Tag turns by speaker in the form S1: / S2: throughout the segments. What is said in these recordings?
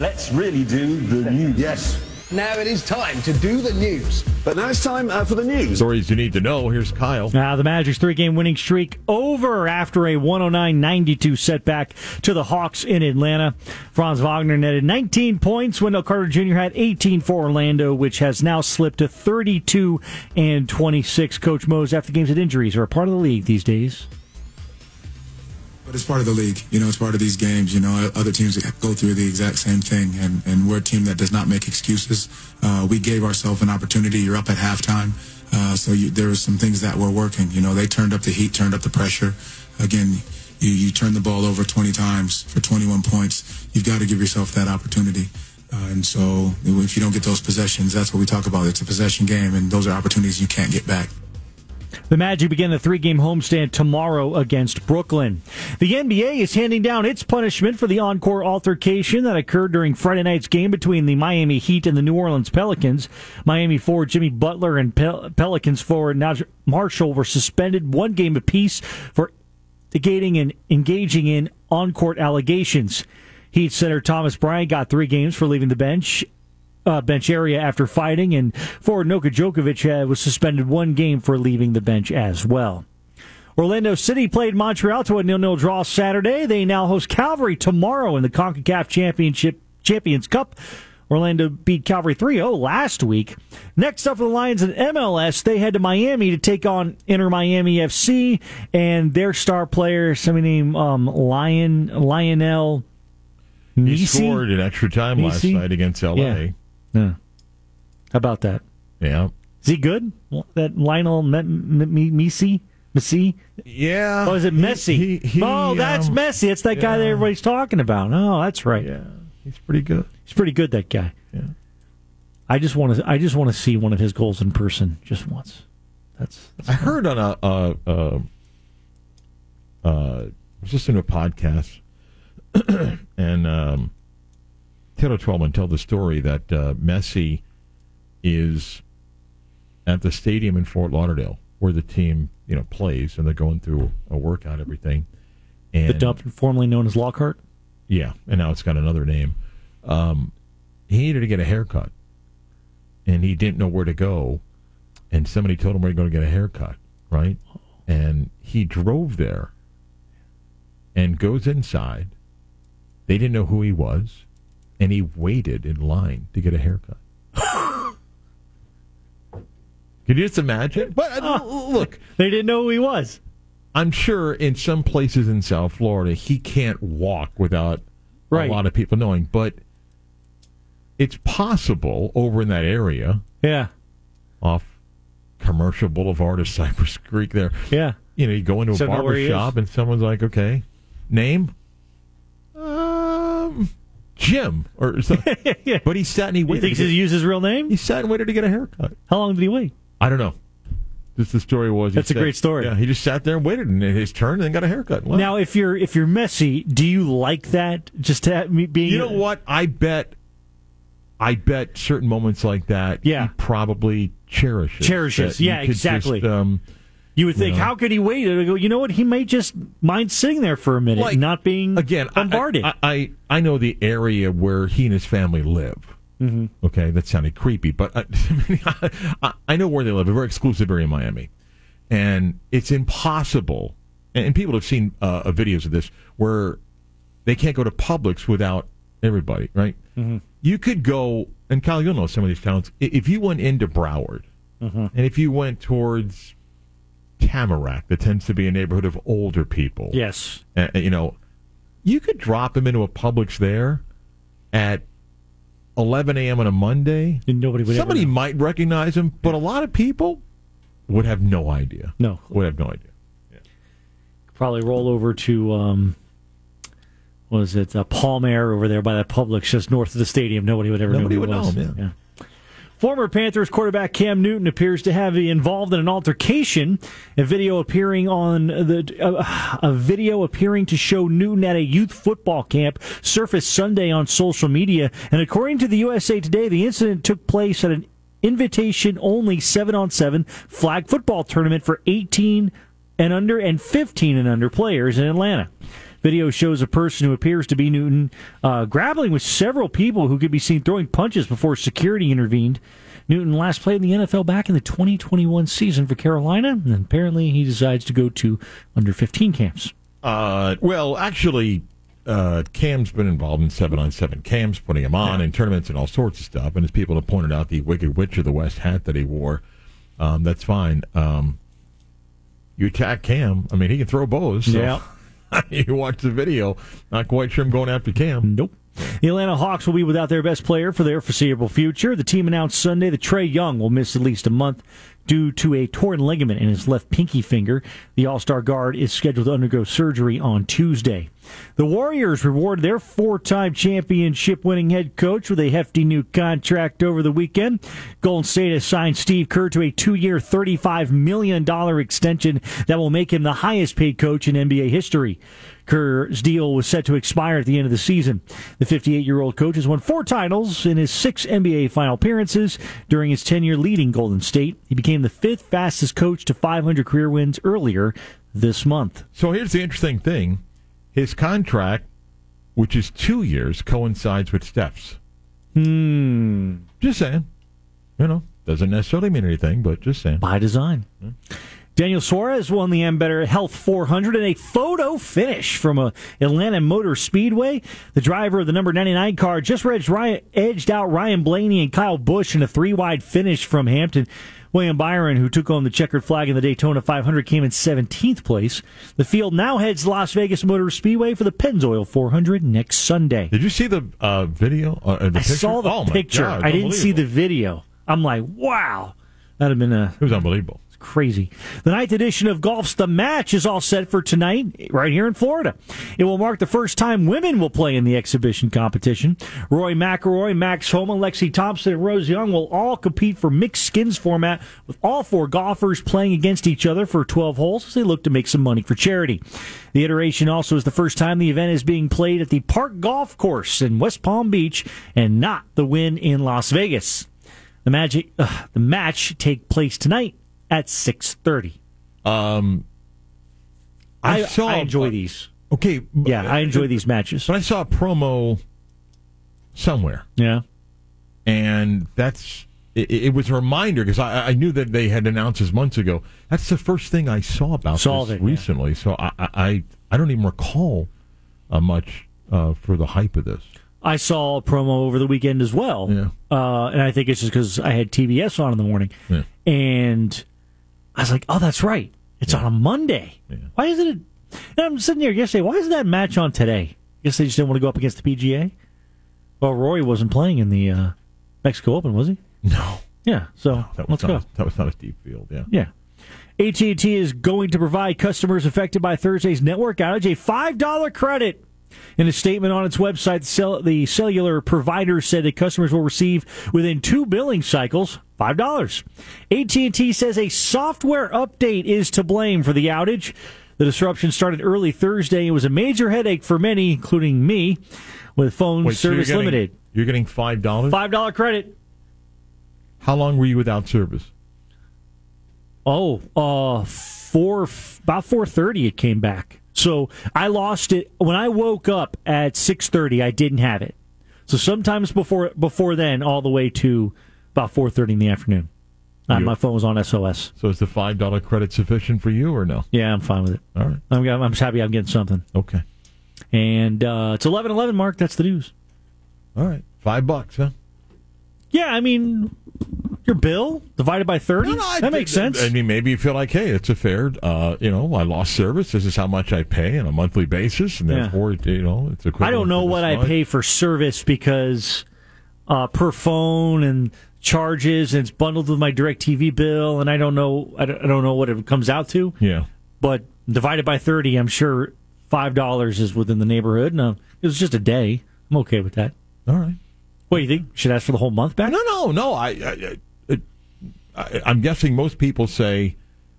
S1: Let's really do the news.
S2: Yes.
S3: Now it is time to do the news.
S2: But now it's time uh, for the news.
S4: Stories you need to know. Here's Kyle.
S5: Now, the Magic's three game winning streak over after a 109 92 setback to the Hawks in Atlanta. Franz Wagner netted 19 points. Wendell Carter Jr. had 18 for Orlando, which has now slipped to 32 and 26. Coach Mose, after games and injuries, are a part of the league these days.
S6: But it's part of the league, you know. It's part of these games, you know. Other teams go through the exact same thing, and, and we're a team that does not make excuses. Uh, we gave ourselves an opportunity. You're up at halftime, uh, so you, there were some things that were working. You know, they turned up the heat, turned up the pressure. Again, you, you turn the ball over 20 times for 21 points. You've got to give yourself that opportunity. Uh, and so, if you don't get those possessions, that's what we talk about. It's a possession game, and those are opportunities you can't get back.
S5: The Magic begin the three game homestand tomorrow against Brooklyn. The NBA is handing down its punishment for the encore altercation that occurred during Friday night's game between the Miami Heat and the New Orleans Pelicans. Miami forward Jimmy Butler and Pel- Pelicans forward Naj- Marshall were suspended one game apiece for negating and engaging in on court allegations. Heat center Thomas Bryant got three games for leaving the bench uh, bench area after fighting, and forward Noka Djokovic uh, was suspended one game for leaving the bench as well. Orlando City played Montreal to a nil-nil draw Saturday. They now host Calgary tomorrow in the CONCACAF Championship Champions Cup. Orlando beat Calgary 3-0 last week. Next up for the Lions in MLS, they head to Miami to take on Inter Miami FC and their star player, somebody named um, Lion Lionel.
S4: He
S5: Messi?
S4: scored in extra time last
S5: Easy?
S4: night against LA.
S5: Yeah. Yeah. How about that?
S4: Yeah.
S5: Is he good? That Lionel Me- Me- Me- Messi? Messi?
S4: Yeah.
S5: Oh, is it
S4: He-
S5: Messi?
S4: he- he,
S5: oh, that's
S4: um,
S5: Messi. It's that guy that
S4: yeah.
S5: everybody's talking about. Oh, that's right.
S4: Yeah. He's pretty good.
S5: He's pretty good, that guy.
S4: Yeah.
S5: I just want to. I just want to see one of his goals in person, just once. That's, that's
S4: I heard on a, uh, uh, uh, I was listening to a podcast, and um, Taylor Twellman told the story that uh, Messi is at the stadium in Fort Lauderdale where the team you know plays, and they're going through a workout, and everything. And
S5: the dump, formerly known as Lockhart.
S4: Yeah, and now it's got another name. Um, he needed to get a haircut, and he didn't know where to go. And somebody told him where to go to get a haircut, right? And he drove there, and goes inside. They didn't know who he was, and he waited in line to get a haircut. Can you just imagine? But uh, look,
S5: They didn't know who he was.
S4: I'm sure in some places in South Florida, he can't walk without
S5: Right.
S4: a lot of people knowing. But it's possible over in that area
S5: Yeah,
S4: off Commercial Boulevard of Cypress Creek there.
S5: yeah.
S4: You know, you go into a
S5: So know
S4: barber
S5: where he
S4: shop
S5: is?
S4: and someone's like, okay, name? Um, Jim or something. But he sat and he
S5: He
S4: waited.
S5: thinks
S4: to
S5: he
S4: get-
S5: used his real
S4: he
S5: name.
S4: sat and waited to get a haircut.
S5: How long did he wait?
S4: I don't know. Just the story was. he
S5: That's a
S4: sat-
S5: great story.
S4: Yeah, he just sat there and waited, and his turn, and then got a haircut. Wow.
S5: Now, if you're if you're Messi, do you like that? Just to have me being
S4: You know what? I bet. I bet certain moments like that.
S5: Yeah.
S4: He probably cherishes.
S5: Cherishes.
S4: That you
S5: Yeah,
S4: could just,
S5: exactly.
S4: um,
S5: You would think,
S4: know.
S5: how could he wait? I go, you know what? He may just mind sitting there for a minute,
S4: Like,
S5: not being
S4: again, I-
S5: bombarded.
S4: I, I I know the area where he and his family live. Mm-hmm. Okay, that sounded creepy, but I, I, I know where they live. A very exclusive area in Miami, and it's impossible. And, and people have seen uh, uh, videos of this where they can't go to Publix without everybody, right?
S5: Mm-hmm.
S4: You could go, and Kyle, you'll know some of these towns. I- If you went into Broward,
S5: Mm-hmm.
S4: and if you went towards Tamarack, that tends to be a neighborhood of older people.
S5: yes,
S4: Uh, you know, you could drop him into a Publix there at 11 a.m. on a Monday.
S5: and nobody would.
S4: Somebody
S5: ever know.
S4: might recognize him, but a lot of people would have no idea.
S5: No.
S4: would have no idea.
S5: probably roll over to um, was it uh, Palmer over there by that Publix just north of the stadium. Nobody would ever
S4: Nobody
S5: know who
S4: would
S5: it was.
S4: know him, yeah.
S5: Former Panthers quarterback Cam Newton appears to have been involved in an altercation. A video appearing on the uh, a video appearing to show Newton at a youth football camp surfaced Sunday on social media, and according to the USA Today, the incident took place at an invitation only 7 on 7 flag football tournament for 18 and under and 15 and under players in Atlanta. Video shows a person who appears to be Newton uh, grappling with several people who could be seen throwing punches before security intervened. Newton last played in the NFL back in the 2021 season for Carolina, and apparently he decides to go to under 15 camps.
S4: Uh, well, actually, uh, Cam's been involved in seven on seven. Cam's putting him on in tournaments and all sorts of stuff. And as people have pointed out, the Wicked Witch of the West hat that he wore, um, that's fine. Um, you attack Cam. I mean, he can throw bows. So
S5: Yeah.
S4: you watch the video. Not quite sure I'm going after Cam.
S5: Nope. The Atlanta Hawks will be without their best player for their foreseeable future. The team announced Sunday that Trey Young will miss at least a month due to a torn ligament in his left pinky finger. The All Star guard is scheduled to undergo surgery on Tuesday. The Warriors reward their four time championship winning head coach with a hefty new contract over the weekend. Golden State has signed Steve Kerr to a two year, $35 million extension that will make him the highest paid coach in NBA history. Kerr's deal was set to expire at the end of the season. The 58 year old coach has won four titles in his six NBA final appearances during his tenure leading Golden State. He became the fifth fastest coach to 500 career wins earlier this month.
S4: So here's the interesting thing his contract, which is two years, coincides with Steph's.
S5: Hmm.
S4: Just saying. You know, doesn't necessarily mean anything, but just saying.
S5: By design. Daniel Suarez won the Ambetter Health 400 in a photo finish from a Atlanta Motor Speedway. The driver of the number 99 car just edged, Ryan, edged out Ryan Blaney and Kyle Busch in a three-wide finish from Hampton. William Byron, who took home the checkered flag in the Daytona 500, came in 17th place. The field now heads Las Vegas Motor Speedway for the Pennzoil 400 next Sunday.
S4: Did you see the uh, video? Uh, the
S5: I
S4: picture?
S5: saw the
S4: Oh, my
S5: picture.
S4: God,
S5: I didn't see the
S4: unbelievable.
S5: video. I'm like, wow, that'd have been a
S4: It was unbelievable.
S5: crazy. The ninth edition of Golf's The Match is all set for tonight, right here in Florida. It will mark the first time women will play in the exhibition competition. Roy McElroy, Max Homa, Lexi Thompson, and Rose Young will all compete for mixed skins format, with all four golfers playing against each other for 12 holes as they look to make some money for charity. The iteration also is the first time the event is being played at the Park Golf Course in West Palm Beach and not the Win in Las Vegas. The magic, uh, the match take place tonight at six thirty.
S4: Um,
S5: I,
S4: I, saw.
S5: I enjoy these.
S4: Okay. b-
S5: Yeah, I enjoy these matches.
S4: But I saw a promo somewhere,
S5: Yeah,
S4: and that's it, it was a reminder because I, I knew that they had announced this months ago. That's the first thing I saw about
S5: Saw
S4: this
S5: it, yeah.
S4: recently. So I, I I- I don't even recall uh, much uh, for the hype of this.
S5: I saw a promo over the weekend as well.
S4: Yeah.
S5: uh, and I think it's just because I had TBS on in the morning,
S4: Yeah.
S5: and I was like, "Oh, that's right, it's on a Monday.
S4: Yeah.
S5: Why isn't it?" And I'm sitting here yesterday. Why isn't that match on today? guess they just didn't want to go up against the PGA. Well, Rory wasn't playing in the uh, Mexico Open, was he?
S4: No,
S5: Yeah. So
S4: Oh, that was
S5: let's
S4: not
S5: go.
S4: A, that was not a deep field. Yeah.
S5: Yeah. AT&T is going to provide customers affected by Thursday's network outage a $5 credit. In a statement on its website, the, cell, the cellular provider said that customers will receive within two billing cycles $5. AT&T says a software update is to blame for the outage. The disruption started early Thursday. It was a major headache for many, including me, with phone
S4: Wait, so you're
S5: service
S4: getting-
S5: limited.
S4: You're getting five dollars.
S5: $5 credit.
S4: How long were you without service?
S5: Oh, uh, four about four thirty. It came back. So I lost it when I woke up at six thirty. I didn't have it. So sometimes before before then, all the way to about four thirty in the afternoon, uh,
S4: You-
S5: my phone was on SOS.
S4: So is the five dollar credit sufficient for you or no?
S5: Yeah, I'm fine with it.
S4: All right.
S5: I'm I'm just happy I'm getting something.
S4: Okay.
S5: And uh, it's eleven eleven. Mark, that's the news.
S4: All right. Five bucks, huh?
S5: Yeah, I mean your bill divided by thirty. that makes sense.
S4: I mean, maybe you feel like, hey, it's a fair, uh, you know, I lost service. This is how much I pay on a monthly basis, and
S5: Yeah.
S4: therefore, you know, it's equivalent.
S5: I don't know
S4: to this
S5: what I
S4: much.
S5: pay for service because uh, per phone and charges, and it's bundled with my direct TV bill, and I don't know I don't, I don't know what it comes out to,
S4: Yeah.
S5: but divided by thirty, I'm sure five dollars is within the neighborhood. No, It was just a day. I'm okay with that.
S4: All right.
S5: What do you think? Should ask for the whole month back?
S4: No, no, no. I, I, I, I I'm guessing most people say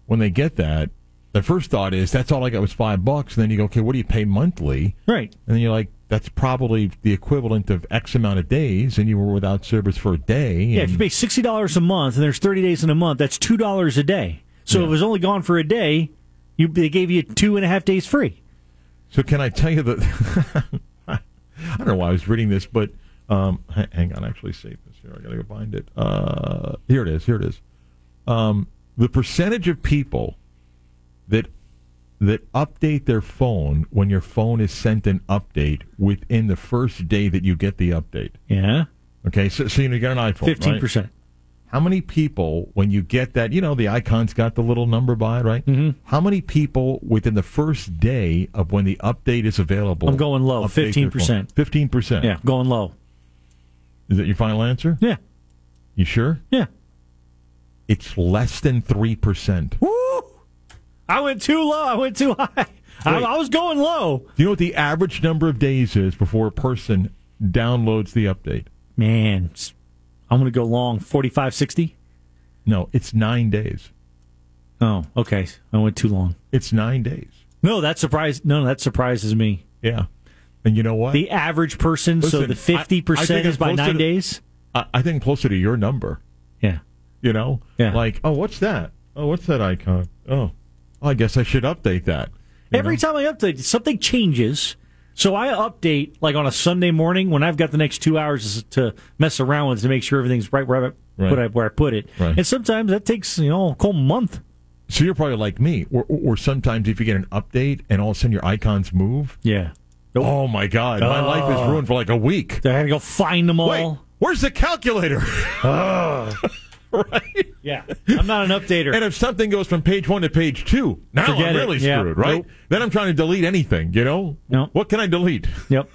S4: when they get that, their first thought is that's all I got was five bucks, and then you go, okay, what do you pay monthly?
S5: Right.
S4: And then you're like, that's probably the equivalent of X amount of days, and you were without service for a day.
S5: Yeah, if
S4: and-
S5: you pay sixty dollars a month and there's thirty days in a month, that's two dollars a day. So if it was only gone for a day, you they gave you two and a half days free.
S4: So can I tell you that? I don't know why I was reading this, but um, h- hang on. I actually saved this here. I got to go find it. Uh, here it is. Here it is. Um, the percentage of people that that update their phone when your phone is sent an update within the first day that you get the update.
S5: Yeah,
S4: Okay, so, so you, know, you got an iPhone. right?
S5: fifteen percent.
S4: How many people, when you get that, you know, the icon's got the little number by it, right? Mm-hmm. How many people within the first day of when the update is available?
S5: I'm going low,
S4: update their phone?
S5: 15%.
S4: 15%.
S5: Yeah, going low.
S4: Is that your final answer?
S5: Yeah,
S4: You sure?
S5: yeah.
S4: It's less than 3%. Do
S5: Woo! I went too low. I went too high. I,
S4: Wait.
S5: I was going low.
S4: you know what the average number of days is before a person downloads the update?
S5: Man, s- I'm going to go long. Forty-five, sixty.
S4: No, it's nine days.
S5: Oh, okay. I went too long.
S4: It's nine days.
S5: No, that surprised. No, that surprises me.
S4: Yeah. And you know what?
S5: The average person. so
S4: Listen,
S5: the
S4: I- I
S5: fifty
S4: think
S5: percent
S4: I'm
S5: is by
S4: closer
S5: nine
S4: to-
S5: days.
S4: I, I think closer to your number.
S5: Yeah.
S4: You know?
S5: Yeah.
S4: Like, oh, what's that? Oh, what's that icon? Oh, I guess I should update that. You
S5: Every
S4: know?
S5: time I update, something changes. So I update like on a Sunday morning when I've got the next two hours to mess around with to make sure everything's right where I
S4: Right.
S5: put I, where I put it.
S4: Right.
S5: And sometimes that takes you know a whole month.
S4: So you're probably like me, or, or sometimes if you get an update and all of a sudden your icons move,
S5: Yeah.
S4: oh my God,
S5: Uh,
S4: my life is ruined for like a week.
S5: So I had to go find them all.
S4: Wait, where's the calculator? right?
S5: Yeah. I'm not an
S4: And
S5: updater.
S4: if something goes from page one to page two, now
S5: Forget
S4: I'm
S5: it.
S4: really
S5: Yeah.
S4: screwed, right?
S5: Nope.
S4: Then I'm trying to delete anything, you know?
S5: Nope.
S4: What can I delete?
S5: yep.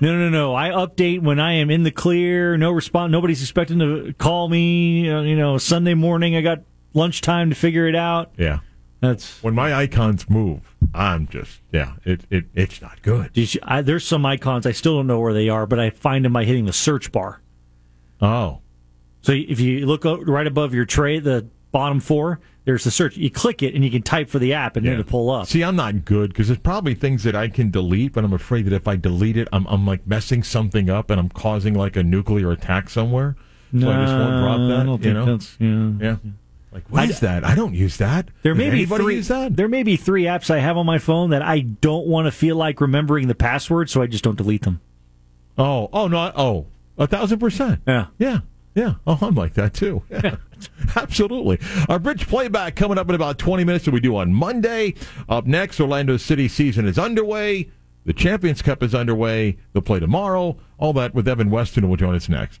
S5: No, no, no. I update when I am in the clear. No response. Nobody's expecting to call me. uh, You know, Sunday morning I got lunchtime to figure it out.
S4: Yeah.
S5: That's
S4: When my icons move, I'm just, yeah, it, it it's not good.
S5: Did you, I, there's some icons I still don't know where they are, but I find them by hitting the search bar.
S4: Oh.
S5: So if you look o- right above your tray, the bottom four, there's the search. You click it and you can type for the app and then
S4: Yeah.
S5: it'll pull up.
S4: See, I'm not good because there's probably things that I can delete, but I'm afraid that if I delete it, I'm, I'm like messing something up and I'm causing like a nuclear attack somewhere. so I just won't drop that.
S5: I don't
S4: you
S5: think
S4: know?
S5: that's- yeah.
S4: yeah. Like what is that? I don't use that.
S5: There may
S4: Does
S5: be
S4: anybody
S5: three.
S4: use that?
S5: There may be three apps I have on my phone that I don't want to feel like remembering the password, so I just don't delete them.
S4: Oh, oh no! I- Oh, a thousand percent.
S5: Yeah.
S4: yeah, yeah. Oh, I'm like that too. Yeah. Absolutely. Our bridge playback coming up in about 20 minutes. That we do on Monday. Up next, Orlando City season is underway. The Champions Cup is underway. They'll play tomorrow. All that with Evan Weston will join us next.